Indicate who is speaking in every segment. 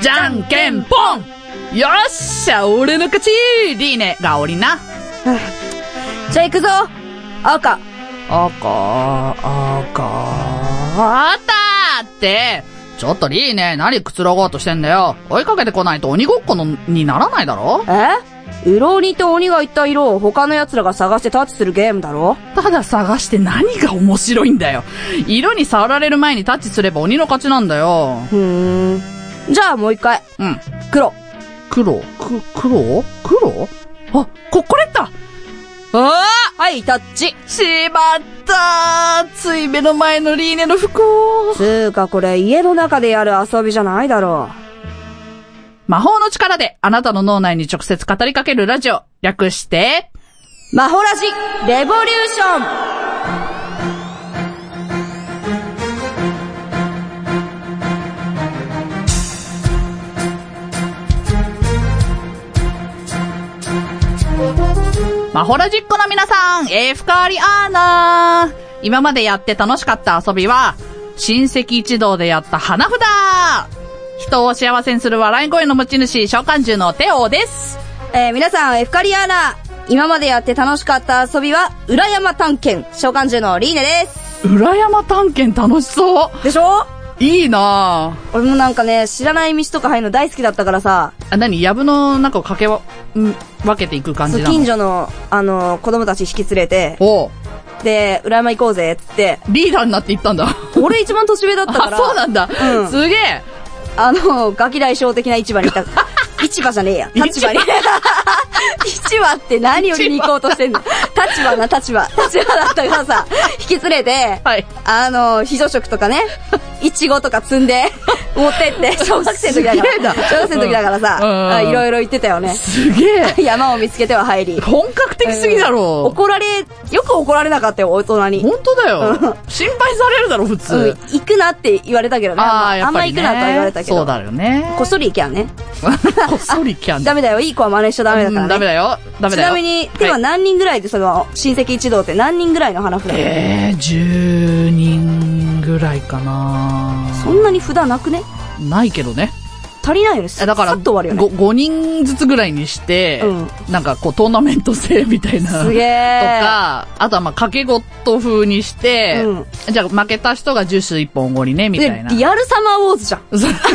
Speaker 1: じゃんけんぽんよっしゃ、俺の勝ちリーネがおりな。
Speaker 2: じゃあ行くぞ赤。
Speaker 1: あかあかあったって、ちょっとリーネ、何くつろごうとしてんだよ。追いかけてこないと鬼ごっこのにならないだろ
Speaker 2: えうろ鬼と鬼が言った色を他の奴らが探してタッチするゲームだろ
Speaker 1: ただ探して何が面白いんだよ。色に触られる前にタッチすれば鬼の勝ちなんだよ。
Speaker 2: ふーん。じゃあもう一回。
Speaker 1: うん。
Speaker 2: 黒。
Speaker 1: 黒、く、黒黒あ、こ、これだああ
Speaker 2: はい、タッチ。
Speaker 1: しまったつい目の前のリーネの不幸
Speaker 2: つーかこれ家の中でやる遊びじゃないだろ
Speaker 1: 魔法の力であなたの脳内に直接語りかけるラジオ。略して、
Speaker 2: う。マホラジ、レボリューション
Speaker 1: マホラジックの皆さん、えー、ふかわりあーなー。今までやって楽しかった遊びは、親戚一同でやった花札人を幸せにする笑い声の持ち主、召喚獣のテオです。
Speaker 2: えー皆さん、エフカリアーナ、今までやって楽しかった遊びは、裏山探検、召喚獣のリーネです。
Speaker 1: 裏山探検楽しそう。
Speaker 2: でしょ
Speaker 1: いいな
Speaker 2: 俺もなんかね、知らない道とか入るの大好きだったからさ、
Speaker 1: ーあ、なに、藪の中をかけわ、ん分けていく感
Speaker 2: そう
Speaker 1: じなの
Speaker 2: 近所の、あの、子供たち引き連れて、
Speaker 1: おう
Speaker 2: で、裏山行こうぜ、つって、
Speaker 1: リーダーになっていったんだ。
Speaker 2: 俺一番年上だったか
Speaker 1: あ、
Speaker 2: ら、
Speaker 1: そうなんだ。
Speaker 2: うん
Speaker 1: すげえ。
Speaker 2: あの、ガキ大将的な市場にい た。市場じゃねえや。立場に。 市場って何よりに行こうとしてんの立場な立場。立場だったからさ、引き連れて、
Speaker 1: はい
Speaker 2: あの、非常食とかね、いちごとか積んで、持ってって、 小学生の時だ
Speaker 1: すげえ
Speaker 2: か
Speaker 1: な
Speaker 2: ら。小学生の時だからさ、
Speaker 1: うんうんうん
Speaker 2: あいろいろ行ってたよね。
Speaker 1: すげえ。
Speaker 2: 山を見つけては入り。
Speaker 1: 本格的すぎだろ。
Speaker 2: 怒られ、よく怒られなかったよ、大人に。
Speaker 1: 本当だよ。心配されるだろ、普
Speaker 2: うん
Speaker 1: 通。
Speaker 2: 行くなって言われたけどね。
Speaker 1: ああ、
Speaker 2: ん
Speaker 1: や
Speaker 2: ま
Speaker 1: っぱり、ね。
Speaker 2: あんま行くなとは言われたけど。
Speaker 1: そうだよね。
Speaker 2: こっそり行きゃね。
Speaker 1: こっそりキャン
Speaker 2: ダメだよ、いい子は真似しちゃダメだから
Speaker 1: う
Speaker 2: ね。
Speaker 1: んダメだよ。ダメ
Speaker 2: ち
Speaker 1: だよ。
Speaker 2: なみに、ではい何人ぐらいで、その、親戚一同って何人ぐらいの花札
Speaker 1: えー、10人ぐらいかな
Speaker 2: そんなに札なくね
Speaker 1: ないけどね。
Speaker 2: 足りないよね。
Speaker 1: だから、
Speaker 2: さっと終わるよね。
Speaker 1: ご5人ずつぐらいにして、
Speaker 2: う
Speaker 1: なんかこうトーナメント制みたいな。
Speaker 2: すげ
Speaker 1: と
Speaker 2: え。
Speaker 1: か、あとはまあ、掛け事風にして、じゃあ負けた人がジュース1本おごりね、みたいな。
Speaker 2: で、リアルサマーウォーズじゃん。リアルサマーウォーズ
Speaker 1: 確か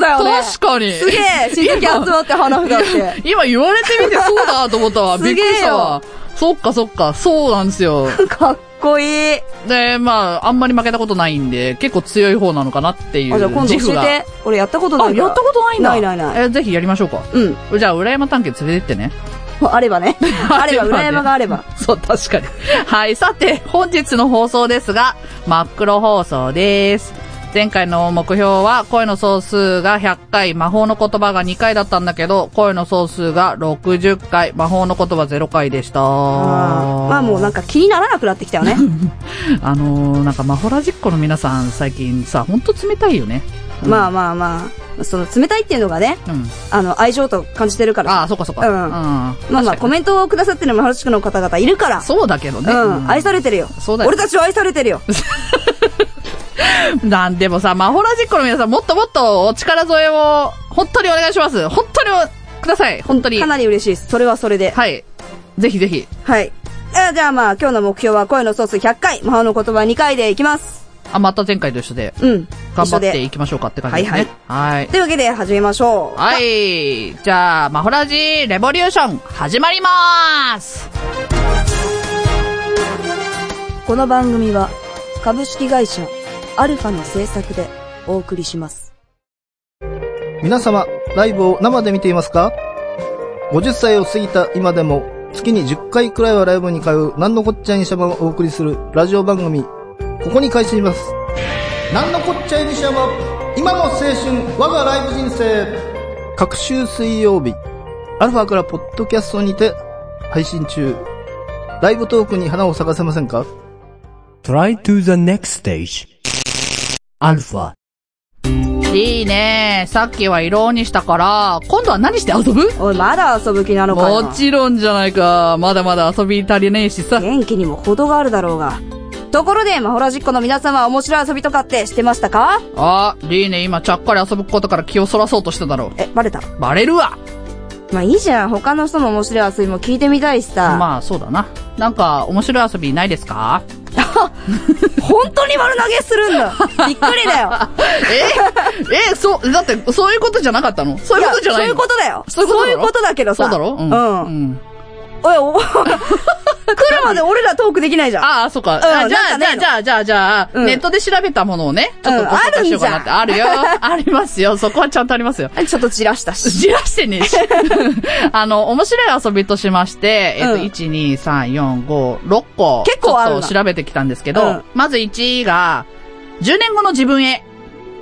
Speaker 2: だよ
Speaker 1: に。
Speaker 2: ね。
Speaker 1: 確かに。
Speaker 2: すげえ、親戚集まって花札って。
Speaker 1: 今言われてみてそうだなと思った わ。
Speaker 2: す
Speaker 1: び
Speaker 2: げ
Speaker 1: っ
Speaker 2: えよ
Speaker 1: くりしたわ。そっかそっか、そうなんですよ。
Speaker 2: かっこいい。
Speaker 1: で、まあ、あんまり負けたことないんで、結構強い方なのかなっていう
Speaker 2: あ、じゃあ今度
Speaker 1: 自
Speaker 2: 教
Speaker 1: 負が。
Speaker 2: えて。俺やったことない
Speaker 1: あ、
Speaker 2: から。
Speaker 1: やったことないんだ。
Speaker 2: ないないない
Speaker 1: え、ぜひやりましょうか。
Speaker 2: うん。
Speaker 1: じゃあ、裏山探検連れてってね。
Speaker 2: あれば ね。あれば、裏山があれば。
Speaker 1: そう、確かに。はい、さて、本日の放送ですが、真っ黒放送です。前回の目標は、声の総数が100回、魔法の言葉が2回だったんだけど、声の総数が60回、魔法の言葉0回でした。
Speaker 2: あーまあもうなん
Speaker 1: か、
Speaker 2: か気にならなくなってきたよ ね。
Speaker 1: あのーなんか、マホラジッコの皆さん、最近さ、ほんと冷たいよね。
Speaker 2: ま
Speaker 1: あ、
Speaker 2: あまあまあ、その冷たいっていうのがね、
Speaker 1: うん。
Speaker 2: あの、愛情と感じてるから。
Speaker 1: ああ、そっかそっか。
Speaker 2: うんまあまあ、コメントをくださってるマハルチクの方々いるから。
Speaker 1: そうだけど
Speaker 2: う
Speaker 1: ね。
Speaker 2: ん、愛されてるよ。
Speaker 1: そうだよ
Speaker 2: 俺たちは愛されてるよ。
Speaker 1: なんでもさ、マホラジックの皆さん、もっともっとお力添えを、本当にお願いします。本当におください。本当に
Speaker 2: か。なり嬉しいです。それはそれで。
Speaker 1: はい。ぜひぜひ。
Speaker 2: はい。えーじゃあまあ、今日の目標は声のソース100回、魔法の言葉2回でいきます。
Speaker 1: あ、また前回と一緒で、
Speaker 2: うん。
Speaker 1: 頑張っ
Speaker 2: 一緒
Speaker 1: て
Speaker 2: で
Speaker 1: いきましょうかって感じですね。はい。
Speaker 2: というわけで始めましょう。
Speaker 1: はい。じゃあ、マホラジレボリューション、始まりまーす
Speaker 2: この番組は、株式会社、アルファの制作でお送りします。
Speaker 3: 皆様、ライブを生で見ていますか ?50 歳を過ぎた今でも、月に10回くらいはライブに通う、なんのこっちゃいにしゃばをお送りするラジオ番組、ここに開始します。なんのこっちゃいにしゃば、今の青春、我がライブ人生。各週水曜日、アルファからポッドキャストにて配信中。ライブトークに花を咲かせませんか
Speaker 4: Try to the next stage. Alpha.
Speaker 1: いいねさっきは色にしたから、今度は何して遊ぶ
Speaker 2: おい、まだ遊ぶ気なのかよ。
Speaker 1: もちろんじゃないか。まだまだ遊び足りねえしさ。
Speaker 2: 元気にも程があるだろうが。ところで、マホラジッコの皆様は面白い遊びとかってしてましたか
Speaker 1: あー、リーネ今ちゃっかり遊ぶことから気をそらそうとしてたろ。
Speaker 2: え、バレた
Speaker 1: バレるわ
Speaker 2: まあいいじゃん。他の人の面白い遊びも聞いてみたいしさ。
Speaker 1: まあそうだな。なんか面白い遊びないですか
Speaker 2: 本当に丸投げするん だ。びっくりだよ。
Speaker 1: ええ、そう、だってそういうことじゃなかったのそういうことじゃない
Speaker 2: やそういう
Speaker 1: の
Speaker 2: ことだよ。
Speaker 1: そういうことだろ
Speaker 2: そういうことだけどさ。
Speaker 1: そうだろ
Speaker 2: うん。
Speaker 1: う
Speaker 2: おい、
Speaker 1: ん。
Speaker 2: お、 来るまで俺らトークできないじゃん。
Speaker 1: ああ、そっか。
Speaker 2: う
Speaker 1: あ
Speaker 2: ん
Speaker 1: じゃあ、
Speaker 2: な
Speaker 1: じゃあ、
Speaker 2: んかね
Speaker 1: じゃあ、じゃあ、じゃあ、
Speaker 2: うん
Speaker 1: ネットで調べたものをね、ちょっと
Speaker 2: うん
Speaker 1: ご紹介しようかなって。あるよ。 ありますよ。そこはちゃんとありますよ。
Speaker 2: ちょっとじらした し。
Speaker 1: じらしてねえし。あの、面白い遊びとしまして、えっ、と、
Speaker 2: うん
Speaker 1: 1、2、3、4、5、6個。
Speaker 2: 結構ある
Speaker 1: ちょ
Speaker 2: な
Speaker 1: っと調べてきたんですけど、
Speaker 2: うん
Speaker 1: まず1位が、10年後の自分へ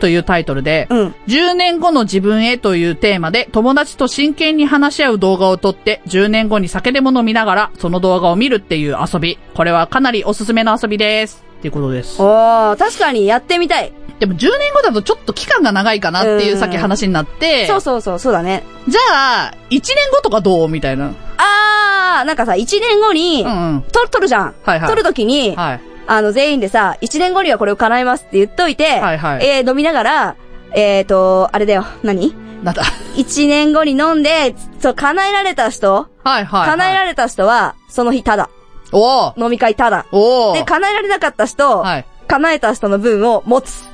Speaker 1: というタイトルで、
Speaker 2: うん。
Speaker 1: 10年後の自分へというテーマで友達と真剣に話し合う動画を撮って10年後に酒でも飲みながらその動画を見るっていう遊び。これはかなりおすすめの遊びです。っていうことです
Speaker 2: お。ー、確かにやってみたい。
Speaker 1: でも10年後だとちょっと期間が長いかなっていううんさっき話になって、
Speaker 2: そうそうそう、そうだね。
Speaker 1: じゃあ、1年後とかどうみたいな。
Speaker 2: あー、なんかさ、1年後に
Speaker 1: う、んうん。
Speaker 2: 撮る、撮るじゃん。
Speaker 1: はいはい
Speaker 2: 撮るときに、
Speaker 1: はい。
Speaker 2: あの、全員でさ、1年後にはこれを叶えますって言っといて、
Speaker 1: はいはい
Speaker 2: えー、飲みながら、えーと、あれだよ、何
Speaker 1: なん だ。
Speaker 2: ?1 年後に飲んで、そう、叶えられた人、
Speaker 1: はいはい、はい。
Speaker 2: 叶えられた人は、その日ただ。
Speaker 1: おー
Speaker 2: 飲み会ただ。
Speaker 1: お
Speaker 2: で、
Speaker 1: ー
Speaker 2: 叶えられなかった人、
Speaker 1: はい。
Speaker 2: 叶えた人の分を持 つ。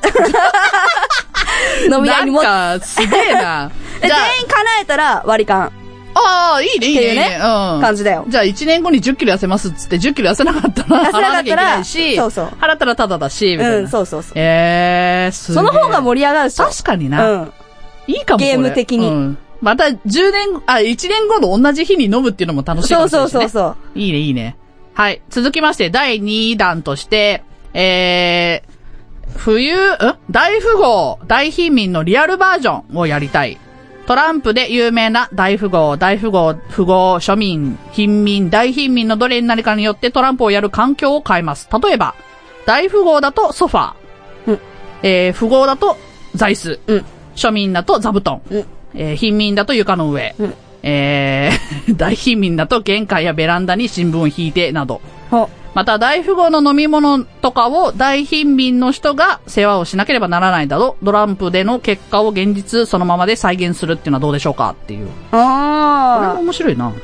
Speaker 2: 飲み
Speaker 1: な
Speaker 2: 代に
Speaker 1: ん
Speaker 2: 持つ。。
Speaker 1: か、すげえな
Speaker 2: で
Speaker 1: じゃ
Speaker 2: 全員 叶えたら割り勘。
Speaker 1: あ、ああ、いいね、いいね。
Speaker 2: っていうね
Speaker 1: いいねうん。
Speaker 2: 感じだよ。
Speaker 1: じゃあ1年後に10キロ痩せますっつって10キロ痩せなかったら
Speaker 2: 痩せなか
Speaker 1: 払
Speaker 2: ったら
Speaker 1: わなきゃいけないし、
Speaker 2: そうそう
Speaker 1: 払ったらタダだし、みたいな。
Speaker 2: うん、そうそうそう。
Speaker 1: えー、す
Speaker 2: そ
Speaker 1: げえ
Speaker 2: の方が盛り上がるし。
Speaker 1: 確かに
Speaker 2: う
Speaker 1: な。
Speaker 2: ん。
Speaker 1: いいかもこれ
Speaker 2: ゲーム的に
Speaker 1: うんまた10年、あ、1年後の同じ日に飲むっていうのも楽しいか
Speaker 2: そ
Speaker 1: も
Speaker 2: う
Speaker 1: し
Speaker 2: そう
Speaker 1: れないし、
Speaker 2: そ
Speaker 1: ね。
Speaker 2: うそう。
Speaker 1: いいね、いいね。はい。続きまして、第2弾として、えー、冬、ん大富豪、大貧民のリアルバージョンをやりたい。トランプで有名な大富豪、大富豪、富豪、庶民、貧民、大貧民のどれになるかによってトランプをやる環境を変えます。例えば、大富豪だとソファー。
Speaker 2: うん
Speaker 1: えー、富豪だと座椅子。
Speaker 2: うん
Speaker 1: 庶民だと座布団。
Speaker 2: うん
Speaker 1: えー貧民だと床の上。
Speaker 2: うん
Speaker 1: えー 大貧民だと玄関やベランダに新聞を引いて、など。
Speaker 2: ほ
Speaker 1: また、大富豪の飲み物とかを大貧民の人が世話をしなければならないだろう。ドランプでの結果を現実そのままで再現するっていうのはどうでしょうかっていう。これも
Speaker 2: あ
Speaker 1: 面白いな。
Speaker 2: ー。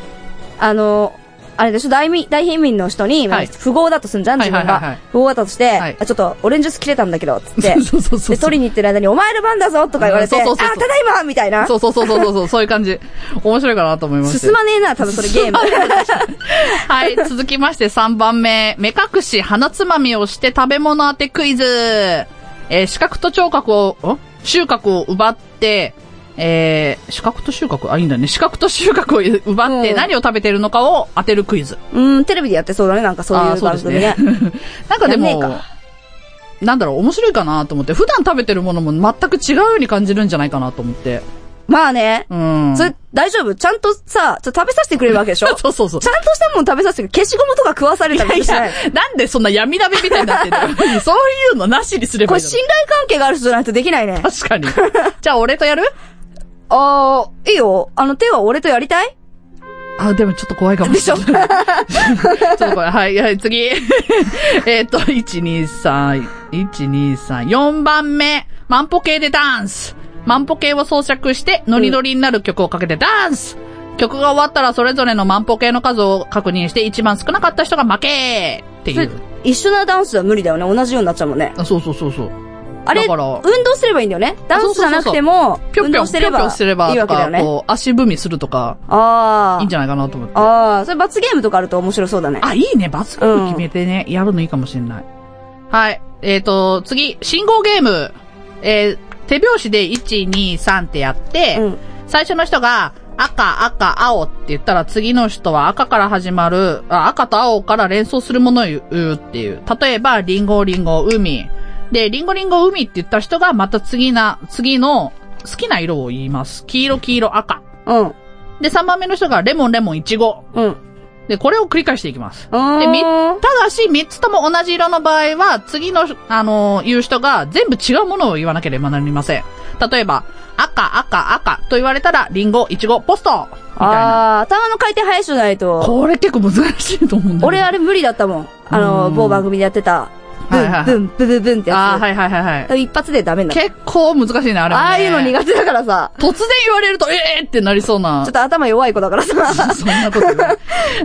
Speaker 2: あの、あれでしょ大民、大貧民の人に、
Speaker 1: はい
Speaker 2: 富豪だとすんじゃん自分
Speaker 1: はいはいはい
Speaker 2: が
Speaker 1: はい。
Speaker 2: 富豪だとして、
Speaker 1: はい
Speaker 2: あちょっと、オレンジジュース切れたんだけど、つって。
Speaker 1: そうそうそう
Speaker 2: で、
Speaker 1: そう
Speaker 2: 取。りに行ってる間に、お前の番だぞとか言われて、
Speaker 1: う
Speaker 2: あ、
Speaker 1: んそ
Speaker 2: た
Speaker 1: うそうそうそう
Speaker 2: だいまみたいな。
Speaker 1: そうそうそうそうそう、そういう感じ。面白いかなと思います。
Speaker 2: 進まねえな、多分それゲーム。
Speaker 1: はい、続きまして3番目。目隠し、鼻つまみをして食べ物当てクイズ。えー視覚と聴覚を、ん収穫を奪って、えー視覚と収穫あ、いいんだね。視覚と収穫を奪って
Speaker 2: うん
Speaker 1: 何を食べてるのかを当てるクイズ。
Speaker 2: うん、テレビでやってそうだね、なんかそう
Speaker 1: あ
Speaker 2: い
Speaker 1: ー
Speaker 2: う
Speaker 1: そう
Speaker 2: 番
Speaker 1: です
Speaker 2: 組ね。
Speaker 1: なんかで
Speaker 2: やん
Speaker 1: も
Speaker 2: ねえ、
Speaker 1: なんだろう、面白いかなと思って、普段食べてるものも全く違うように感じるんじゃないかなと思って。
Speaker 2: まあね。
Speaker 1: うん。
Speaker 2: それ、大丈夫ちゃんとさ、ちょっと食べさせてくれるわけでしょ
Speaker 1: そうそうそう
Speaker 2: ち。ゃんとしたもの食べさせてくれる。消しゴムとか食わされたりとかしない。
Speaker 1: なんでそんな闇鍋みたいになってん のそういうのなしにすれ
Speaker 2: こ
Speaker 1: ばい
Speaker 2: れ
Speaker 1: いの
Speaker 2: 信頼関係がある人じゃないとできないね。
Speaker 1: 確かに。 じゃあ俺とやる
Speaker 2: あー、いいよ。あの手は俺とやりたい
Speaker 1: あ、でもちょっと怖いかもしれない。ちょっと怖い。はい、はい、次。 えっと、1、2、3、1、2、3、4番目。万歩計でダンス。万歩計を装着して、ノリノリになる曲をかけてダンス、曲が終わったらそれぞれの万歩計の数を確認して、一番少なかった人が負けってい
Speaker 2: そうれ。一緒なダンスは無理だよね。同じようになっちゃうもんね。
Speaker 1: あそうそうそうそう。
Speaker 2: あれ、
Speaker 1: だ
Speaker 2: 運
Speaker 1: から
Speaker 2: 動すればいいんだよね。ダンスじゃなくても、
Speaker 1: ぴょん
Speaker 2: 運
Speaker 1: ぴょ
Speaker 2: 動
Speaker 1: ん、
Speaker 2: し
Speaker 1: ぴ
Speaker 2: てれ
Speaker 1: ょんぴょ
Speaker 2: ば
Speaker 1: んすれば
Speaker 2: いいわけ
Speaker 1: と
Speaker 2: だよ
Speaker 1: か、
Speaker 2: ね。
Speaker 1: こう、足踏みするとか、
Speaker 2: あ
Speaker 1: いいん
Speaker 2: ー。
Speaker 1: じゃないかなと思って。
Speaker 2: あー、それ罰ゲームとかあると面白そうだね。
Speaker 1: あ、いいね。罰ゲーム決めてね、やるのいいかもしれない。はい。えっ、と、次、信号ゲーム。えー手拍子で1、2、3ってやって、
Speaker 2: うん
Speaker 1: 最初の人が、赤、赤、青って言ったら次の人は赤から始まる、あ赤と青から連想するものを言うっていう。例えば、リンゴ、リンゴ、海。で、リンゴ、リンゴ、海って言った人がまた次な、次の好きな色を言います。黄色、黄色、赤。
Speaker 2: うん。
Speaker 1: で、3番目の人がレモン、レモン、イチゴ。
Speaker 2: うん。
Speaker 1: で、これを繰り返していきます。
Speaker 2: うーん
Speaker 1: で、み、ただし、三つとも同じ色の場合は、次の、あのー言う人が全部違うものを言わなければなりません。例えば、赤、赤、赤と言われたら、リンゴ、イチゴ、ポストみたいな。
Speaker 2: あー、頭の回転速い人じゃないと。
Speaker 1: これ結構難しいと思うんだよね
Speaker 2: 俺あれ無理だったもん。あの、
Speaker 1: うん
Speaker 2: 某番組でやってた。ブ
Speaker 1: はいはい
Speaker 2: ン、ブン、ブブブンって
Speaker 1: あ
Speaker 2: や
Speaker 1: あ、はいはいはいはい。
Speaker 2: つ。一発でダメになる。
Speaker 1: 結構難しいね、あれは、ね。
Speaker 2: ああいうの苦手だからさ、
Speaker 1: 突然言われると、ええー、ってなりそうな。
Speaker 2: ちょっと頭弱い子だからさ、
Speaker 1: そんなこ とない。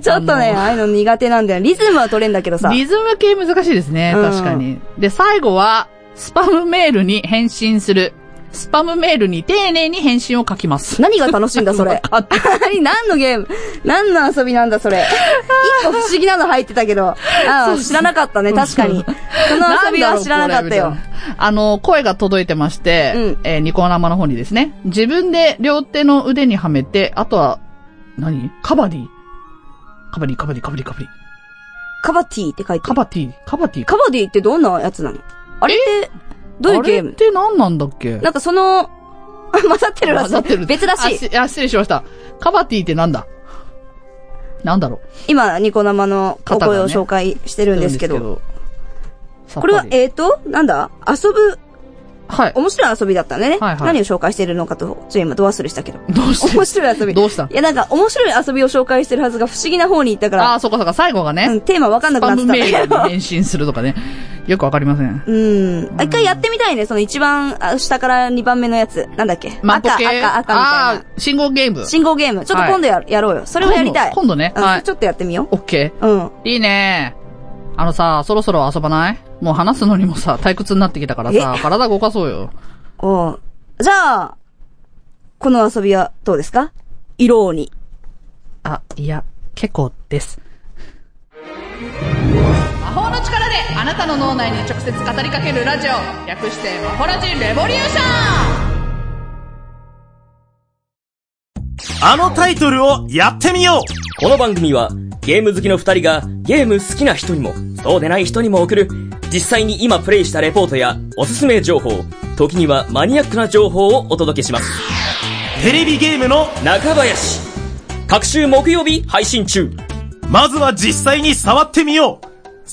Speaker 2: ちょっとね、ああいうの苦手なんだよ。リズムは取れんだけどさ。
Speaker 1: リズム系難しいですね、
Speaker 2: うん
Speaker 1: 確かに。で、最後は、スパムメールに返信する。スパムメールに丁寧に返信を書きます。
Speaker 2: 何が楽しいんだ、そ れ。
Speaker 1: あって
Speaker 2: 何何のゲーム何の遊びなんだ、それ。一個不思議なの入ってたけど。ああ、知らなかったね、確かに。この遊びは知らなかった
Speaker 1: なん
Speaker 2: よ
Speaker 1: だろう。これみたいなあの、声が届いてまして、
Speaker 2: うん
Speaker 1: えーニコ生の方にですね、自分で両手の腕にはめて、あとは、何カバディ。カバディ、カバディ、カバディ、カバディ。
Speaker 2: カバティって書いて
Speaker 1: カ
Speaker 2: ある。
Speaker 1: バティ、カバティ。
Speaker 2: カバディってどんなやつなのあれって、どういうゲー
Speaker 1: あれっ
Speaker 2: ム
Speaker 1: て何なんだっけ
Speaker 2: なんかその、 混ざってるらし
Speaker 1: 混ざって
Speaker 2: い。
Speaker 1: る
Speaker 2: 別らしい。
Speaker 1: い。あ、失礼しました。カバティってなんだなんだろう
Speaker 2: 今、ニコ生のお声を紹介してるんですけ
Speaker 1: なん
Speaker 2: ど。
Speaker 1: ですけど
Speaker 2: これは
Speaker 1: さっ、ぱり
Speaker 2: えーと、なんだ遊ぶ、
Speaker 1: はい。
Speaker 2: 面白い遊びだったんだね。
Speaker 1: はいはい
Speaker 2: 何を紹介してるのかと、ちょ、今、ド忘れしたけど。
Speaker 1: どうして
Speaker 2: 面白い遊び。
Speaker 1: どうした
Speaker 2: いや、なんか、面白い遊びを紹介してるはずが不思議な方に行ったから。
Speaker 1: ああー、そうかそうか、最後がね、
Speaker 2: うん、テーマわかんな
Speaker 1: ス
Speaker 2: くな
Speaker 1: パ
Speaker 2: って
Speaker 1: ム
Speaker 2: たん
Speaker 1: メ
Speaker 2: だ
Speaker 1: ー
Speaker 2: け
Speaker 1: ルに
Speaker 2: ど。
Speaker 1: 返信するとかね。よくわかりません。
Speaker 2: うん。一回やってみたいね、その一番あ下から二番目のやつ。なんだっけ
Speaker 1: マンポ
Speaker 2: 赤、赤、赤
Speaker 1: ケ
Speaker 2: みたい
Speaker 1: ああ、信号ゲーム
Speaker 2: な。。信号ゲーム。ちょっと今度や,、やろうよ。それをやりたい。
Speaker 1: 今度今度ね
Speaker 2: うん
Speaker 1: はい
Speaker 2: ちょっとやってみよ
Speaker 1: オッケ
Speaker 2: う。うん。
Speaker 1: ー。いいねあのさ、そろそろ遊ばないもう話すのにもさ、退屈になってきたからさ、体動かそうよ。
Speaker 2: おうじゃあ、この遊びはどうですか色鬼。
Speaker 1: あ、いや、結構です。魔法の力であなたの脳内に直接語りかけるラジオ。略して、マホラジレボリューション
Speaker 5: あのタイトルをやってみよう
Speaker 6: この番組はゲーム好きの二人がゲーム好きな人にもそうでない人にも送る実際に今プレイしたレポートやおすすめ情報時にはマニアックな情報をお届けします
Speaker 5: テレビゲームの、
Speaker 6: 中林各週木曜日配信中
Speaker 5: まずは実際に触ってみよ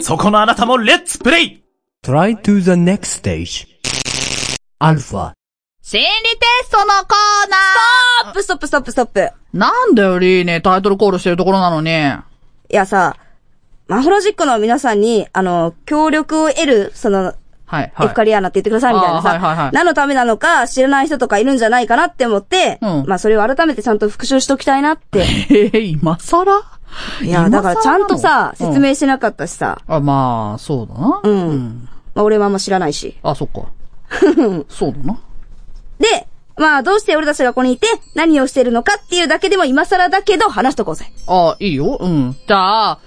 Speaker 5: うそこのあなたもレッツプレイ
Speaker 4: Try to the next stage. Alpha.
Speaker 1: 心理テストのコーナ
Speaker 2: ストップ、ストップ、ストップ、ストップ。
Speaker 1: ーなんだよ、リーネ。タイトルコールしてるところなのに。
Speaker 2: いやさ、マホロジックの皆さんに、あの、協力を得る、その、
Speaker 1: はい、
Speaker 2: エフカ
Speaker 1: はい。
Speaker 2: リアーナって言ってくださいみたいなさ、
Speaker 1: あーはいはいはい
Speaker 2: 何のためなのか知らない人とかいるんじゃないかなって思って、
Speaker 1: うん
Speaker 2: まあそれを改めてちゃんと復習しときたいなって。
Speaker 1: えー、 今更
Speaker 2: いや、だからちゃんとさ、説。
Speaker 1: 今更なの
Speaker 2: 明しなかったしさ、
Speaker 1: うんあ、まあ、そうだな。
Speaker 2: うんまあ俺もあんま知らないし。
Speaker 1: あ、そっ か。そうだな。
Speaker 2: で、まあどうして俺たちがここにいて何をしてるのかっていうだけでも今更だけど話しとこうぜ。
Speaker 1: あいいよ。うん。じゃあ、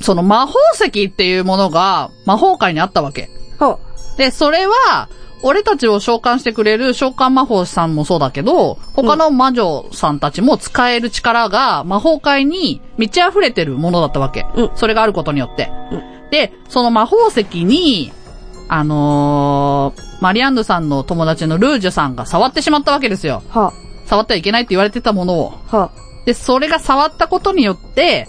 Speaker 1: その魔法石っていうものが魔法界にあったわけ。
Speaker 2: ほう。
Speaker 1: で、それは、俺たちを召喚してくれる召喚魔法師さんもそうだけど、他の魔女さんたちも使える力が魔法界に満ち溢れてるものだったわけ。
Speaker 2: うん
Speaker 1: それがあることによって。
Speaker 2: うん
Speaker 1: で、その魔法石に、あのーマリアンヌさんの友達のルージュさんが触ってしまったわけですよ。
Speaker 2: は
Speaker 1: 触ってはいけないって言われてたものを。
Speaker 2: あ、は
Speaker 1: で、それが触ったことによって、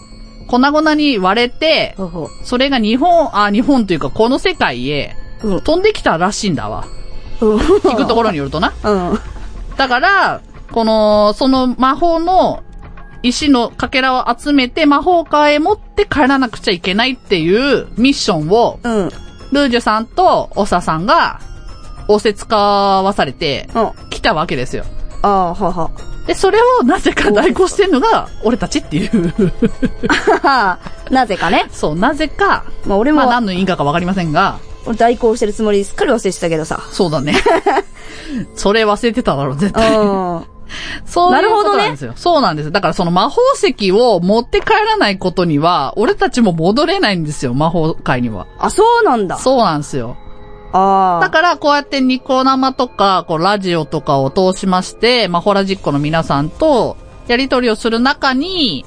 Speaker 1: 粉々に割れて
Speaker 2: あ、、ほうほ
Speaker 1: それが日本、あ、日本というかこの世界へ
Speaker 2: う。うん。
Speaker 1: 飛んできたらしいんだわ。聞
Speaker 2: 聞
Speaker 1: くところによるとな。
Speaker 2: ろ。うん。
Speaker 1: だから、この、その魔法の石のかけらを集めて魔法界へ持って帰らなくちゃいけないっていうミッションを、
Speaker 2: うん。うん。
Speaker 1: ルージュさんとオサさんが、仰せつかわされて、
Speaker 2: あ
Speaker 1: 来たわけですよ。
Speaker 2: あ、はあは
Speaker 1: で、それをなぜか代行してんのが、俺たちっていう。
Speaker 2: あ。はあ、なぜかね。
Speaker 1: そう、なぜか、
Speaker 2: まあ俺も
Speaker 1: まあ、何の因果かわかりませんが、
Speaker 2: 俺代行してるつもりすっかり忘れてたけどさ。
Speaker 1: そうだね。それ忘れてただろ、絶
Speaker 2: う
Speaker 1: 対。
Speaker 2: ん。
Speaker 1: そういうことなん
Speaker 2: なる
Speaker 1: ですよ。そうなんです。だからその魔法石を持って帰らないことには、俺たちも戻れないんですよ、魔法界には。
Speaker 2: あ、そうなんだ。
Speaker 1: そうなんですよ。
Speaker 2: ああ。
Speaker 1: だから、こうやってニコ生とか、こう、ラジオとかを通しまして、まあ、ホラジッコの皆さんと、やりとりをする中に、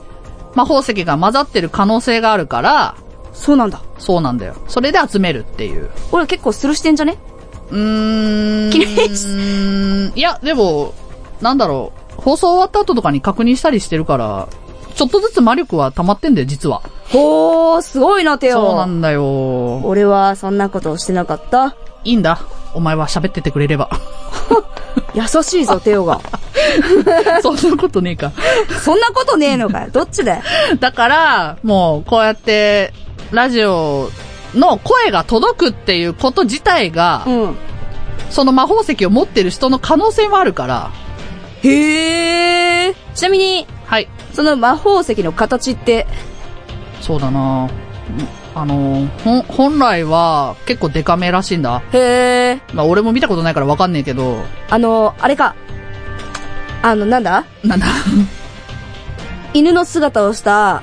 Speaker 1: 魔法石が混ざってる可能性があるから、
Speaker 2: そうなんだ。
Speaker 1: そうなんだよ。それで集めるっていう。
Speaker 2: 俺結構スルーしてんじゃね
Speaker 1: うーん。
Speaker 2: 記念室
Speaker 1: うーんいや、でも、なんだろう。放送終わった後とかに確認したりしてるから、ちょっとずつ魔力は溜まってんだよ、実は。
Speaker 2: ほー、すごいな、テオ。
Speaker 1: そうなんだよ。
Speaker 2: 俺はそんなことをしてなかった。
Speaker 1: いいんだ。お前は喋っててくれれば。
Speaker 2: 優しいぞ、テオが。
Speaker 1: そんなことねえか。
Speaker 2: そんなことねえのかよ。どっちだよ。
Speaker 1: だから、もう、こうやって、ラジオの声が届くっていうこと自体が、
Speaker 2: うん。
Speaker 1: その魔法石を持ってる人の可能性もあるから、
Speaker 2: へえ。ちなみに、
Speaker 1: はい。
Speaker 2: その魔法石の形って、
Speaker 1: そうだなあの、ほん、本来は結構デカめらしいんだ。
Speaker 2: へえ。
Speaker 1: まあ俺も見たことないからわかんねえけど、
Speaker 2: あの、あれか。あの、なんだ
Speaker 1: なんだ
Speaker 2: 犬の姿をした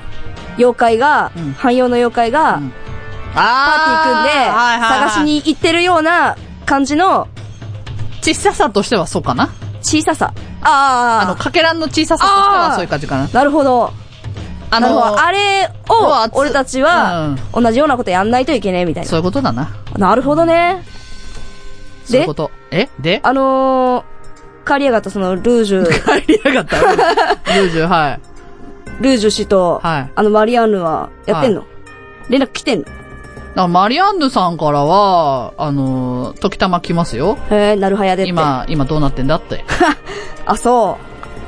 Speaker 2: 妖怪が、
Speaker 1: うん
Speaker 2: 汎用の妖怪が、
Speaker 1: うん
Speaker 2: パーティー組んで、探しに行ってるような感じの
Speaker 1: 小ささとしてはそうかな
Speaker 2: 小ささ。
Speaker 1: あの、
Speaker 2: ああ
Speaker 1: かけらんの小ささとしてはそういう感じかな。
Speaker 2: なるほど。
Speaker 1: あ
Speaker 2: なるほど。
Speaker 1: の、
Speaker 2: あれ
Speaker 1: そうあ
Speaker 2: を
Speaker 1: つ、
Speaker 2: 俺たちは、同じようなことやんないといけねえみたい
Speaker 1: そういうことだな。
Speaker 2: な。なるほどね。
Speaker 1: そういうこと。えで
Speaker 2: あのー、カリアがとその、ルー ジュ、
Speaker 1: 帰りやがった。ルージュ、はい。
Speaker 2: ルージュ氏と、
Speaker 1: はい
Speaker 2: あの、マリアンヌは、やってんの、連絡来てんの
Speaker 1: だからマリアンヌさんからは、あの、時たま来ますよ。
Speaker 2: へえ、なるはやでって。
Speaker 1: 今、今どうなってんだって。
Speaker 2: あ、そ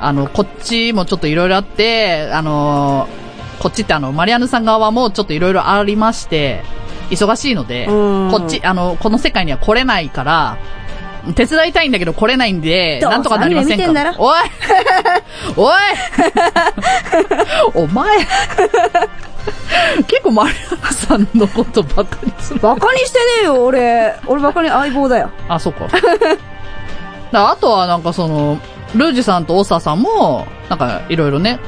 Speaker 1: あの、こっちもちょっといろいろあって、あのーこっちってあの、マリアンヌさん側もちょっといろいろありまして、忙しいので、
Speaker 2: うん
Speaker 1: こっち、あの、この世界には来れないから、手伝いたいんだけど来れないんで、
Speaker 2: どうせ
Speaker 1: なんとかなりません
Speaker 2: アニメ見てんだ
Speaker 1: か
Speaker 2: ろ
Speaker 1: おいおい お前結構マリアンヌさんのことばかりする
Speaker 2: う。。バカにしてねえよ、俺。俺バカに相棒だよ。
Speaker 1: あ、そっか。 だあとはなんかその、ルージュさんとオーサーさんも、なんかいろいろね、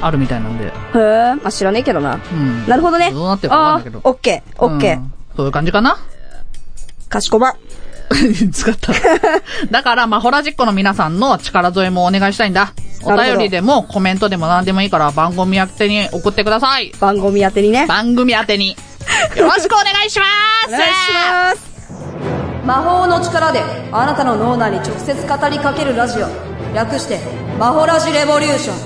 Speaker 1: あるみたいなんで。
Speaker 2: へえ、まあ、知らねえけどな。
Speaker 1: うん。
Speaker 2: なるほどね。
Speaker 1: どうなってるかわかんないけど
Speaker 2: あーオッケー、オッケ
Speaker 1: う
Speaker 2: ー。
Speaker 1: んそういう感じ かな
Speaker 2: かしこま。
Speaker 1: 使った。 だから、まあ、ホラジックの皆さんの力添えもお願いしたいんだ。お
Speaker 2: なるほど
Speaker 1: 便りでも、コメントでも何でもいいから、番組宛てに送ってください。
Speaker 2: 番組宛てにね。
Speaker 1: 番組宛てに。よろしくお願いします
Speaker 2: お願いします魔法の力であなたの脳内に直接語りかけるラジオ略して魔法ラジレボリューション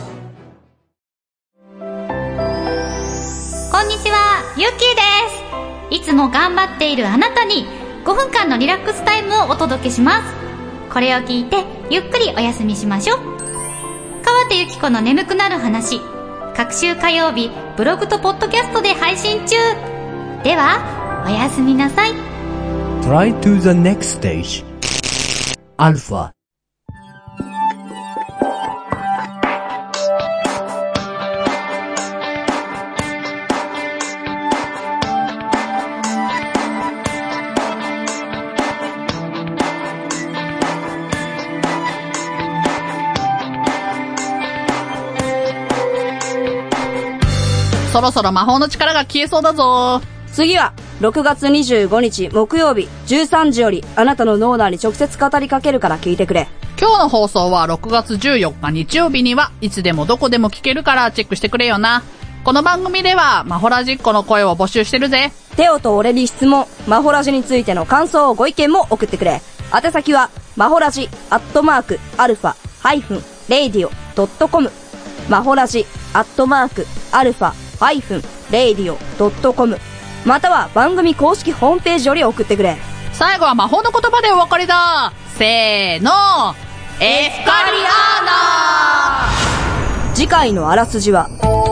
Speaker 7: こんにちは、ゆっきーです。いつも頑張っているあなたに5分間のリラックスタイムをお届けします。これを聞いてゆっくりお休みしましょう。川手ゆき子の眠くなる話、各週火曜日ブログとポッドキャストで配信中。では、おやすみなさい。
Speaker 4: Try to the next stage. Alpha.
Speaker 1: そろそろ魔法の力が消えそうだぞ。
Speaker 2: 次は6月25日木曜日13時よりあなたの脳内に直接語りかけるから聞いてくれ
Speaker 1: 今日の放送は6月14日日曜日にはいつでもどこでも聞けるからチェックしてくれよな。この番組ではマホラジッコの声を募集してるぜ。
Speaker 2: テオと俺に質問マホラジについての感想ご意見も送ってくれ宛先はマホラジアットマークアルファハイフンレディオドットコムマホラジアットマークアルファハイフンレディオドットコムまたは番組公式ホームページより送ってくれ
Speaker 1: 最後は魔法の言葉でお別れだせーのエスカリア
Speaker 2: 次回のあらすじは
Speaker 1: ー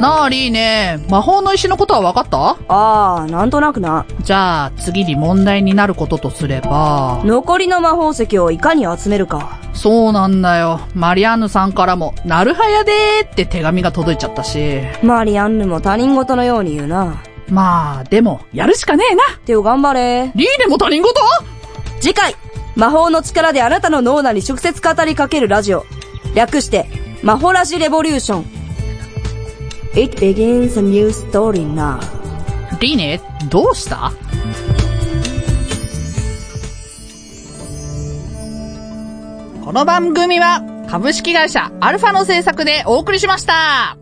Speaker 1: ナなあリーね、魔法の石のことは分かっ
Speaker 2: あーなんとなくな
Speaker 1: たじゃあ次に問題になることとすれば、
Speaker 2: 残りの魔法石をいかに集めるか
Speaker 1: そうなんだよ。マリアンヌさんからも、なるはやでーって手紙が届いちゃったし。
Speaker 2: マリアンヌも他人事のように言うな
Speaker 1: まあ、でも、やるしかねえな
Speaker 2: テオ頑張れ
Speaker 1: リーでも他人事
Speaker 2: 次回、魔法の力であなたの脳内に直接語りかけるラジオ。略して、魔法ラジレボリューション。It begins a new story now.
Speaker 1: リーネ、どうしたこの番組は株式会社アルファの制作でお送りしました。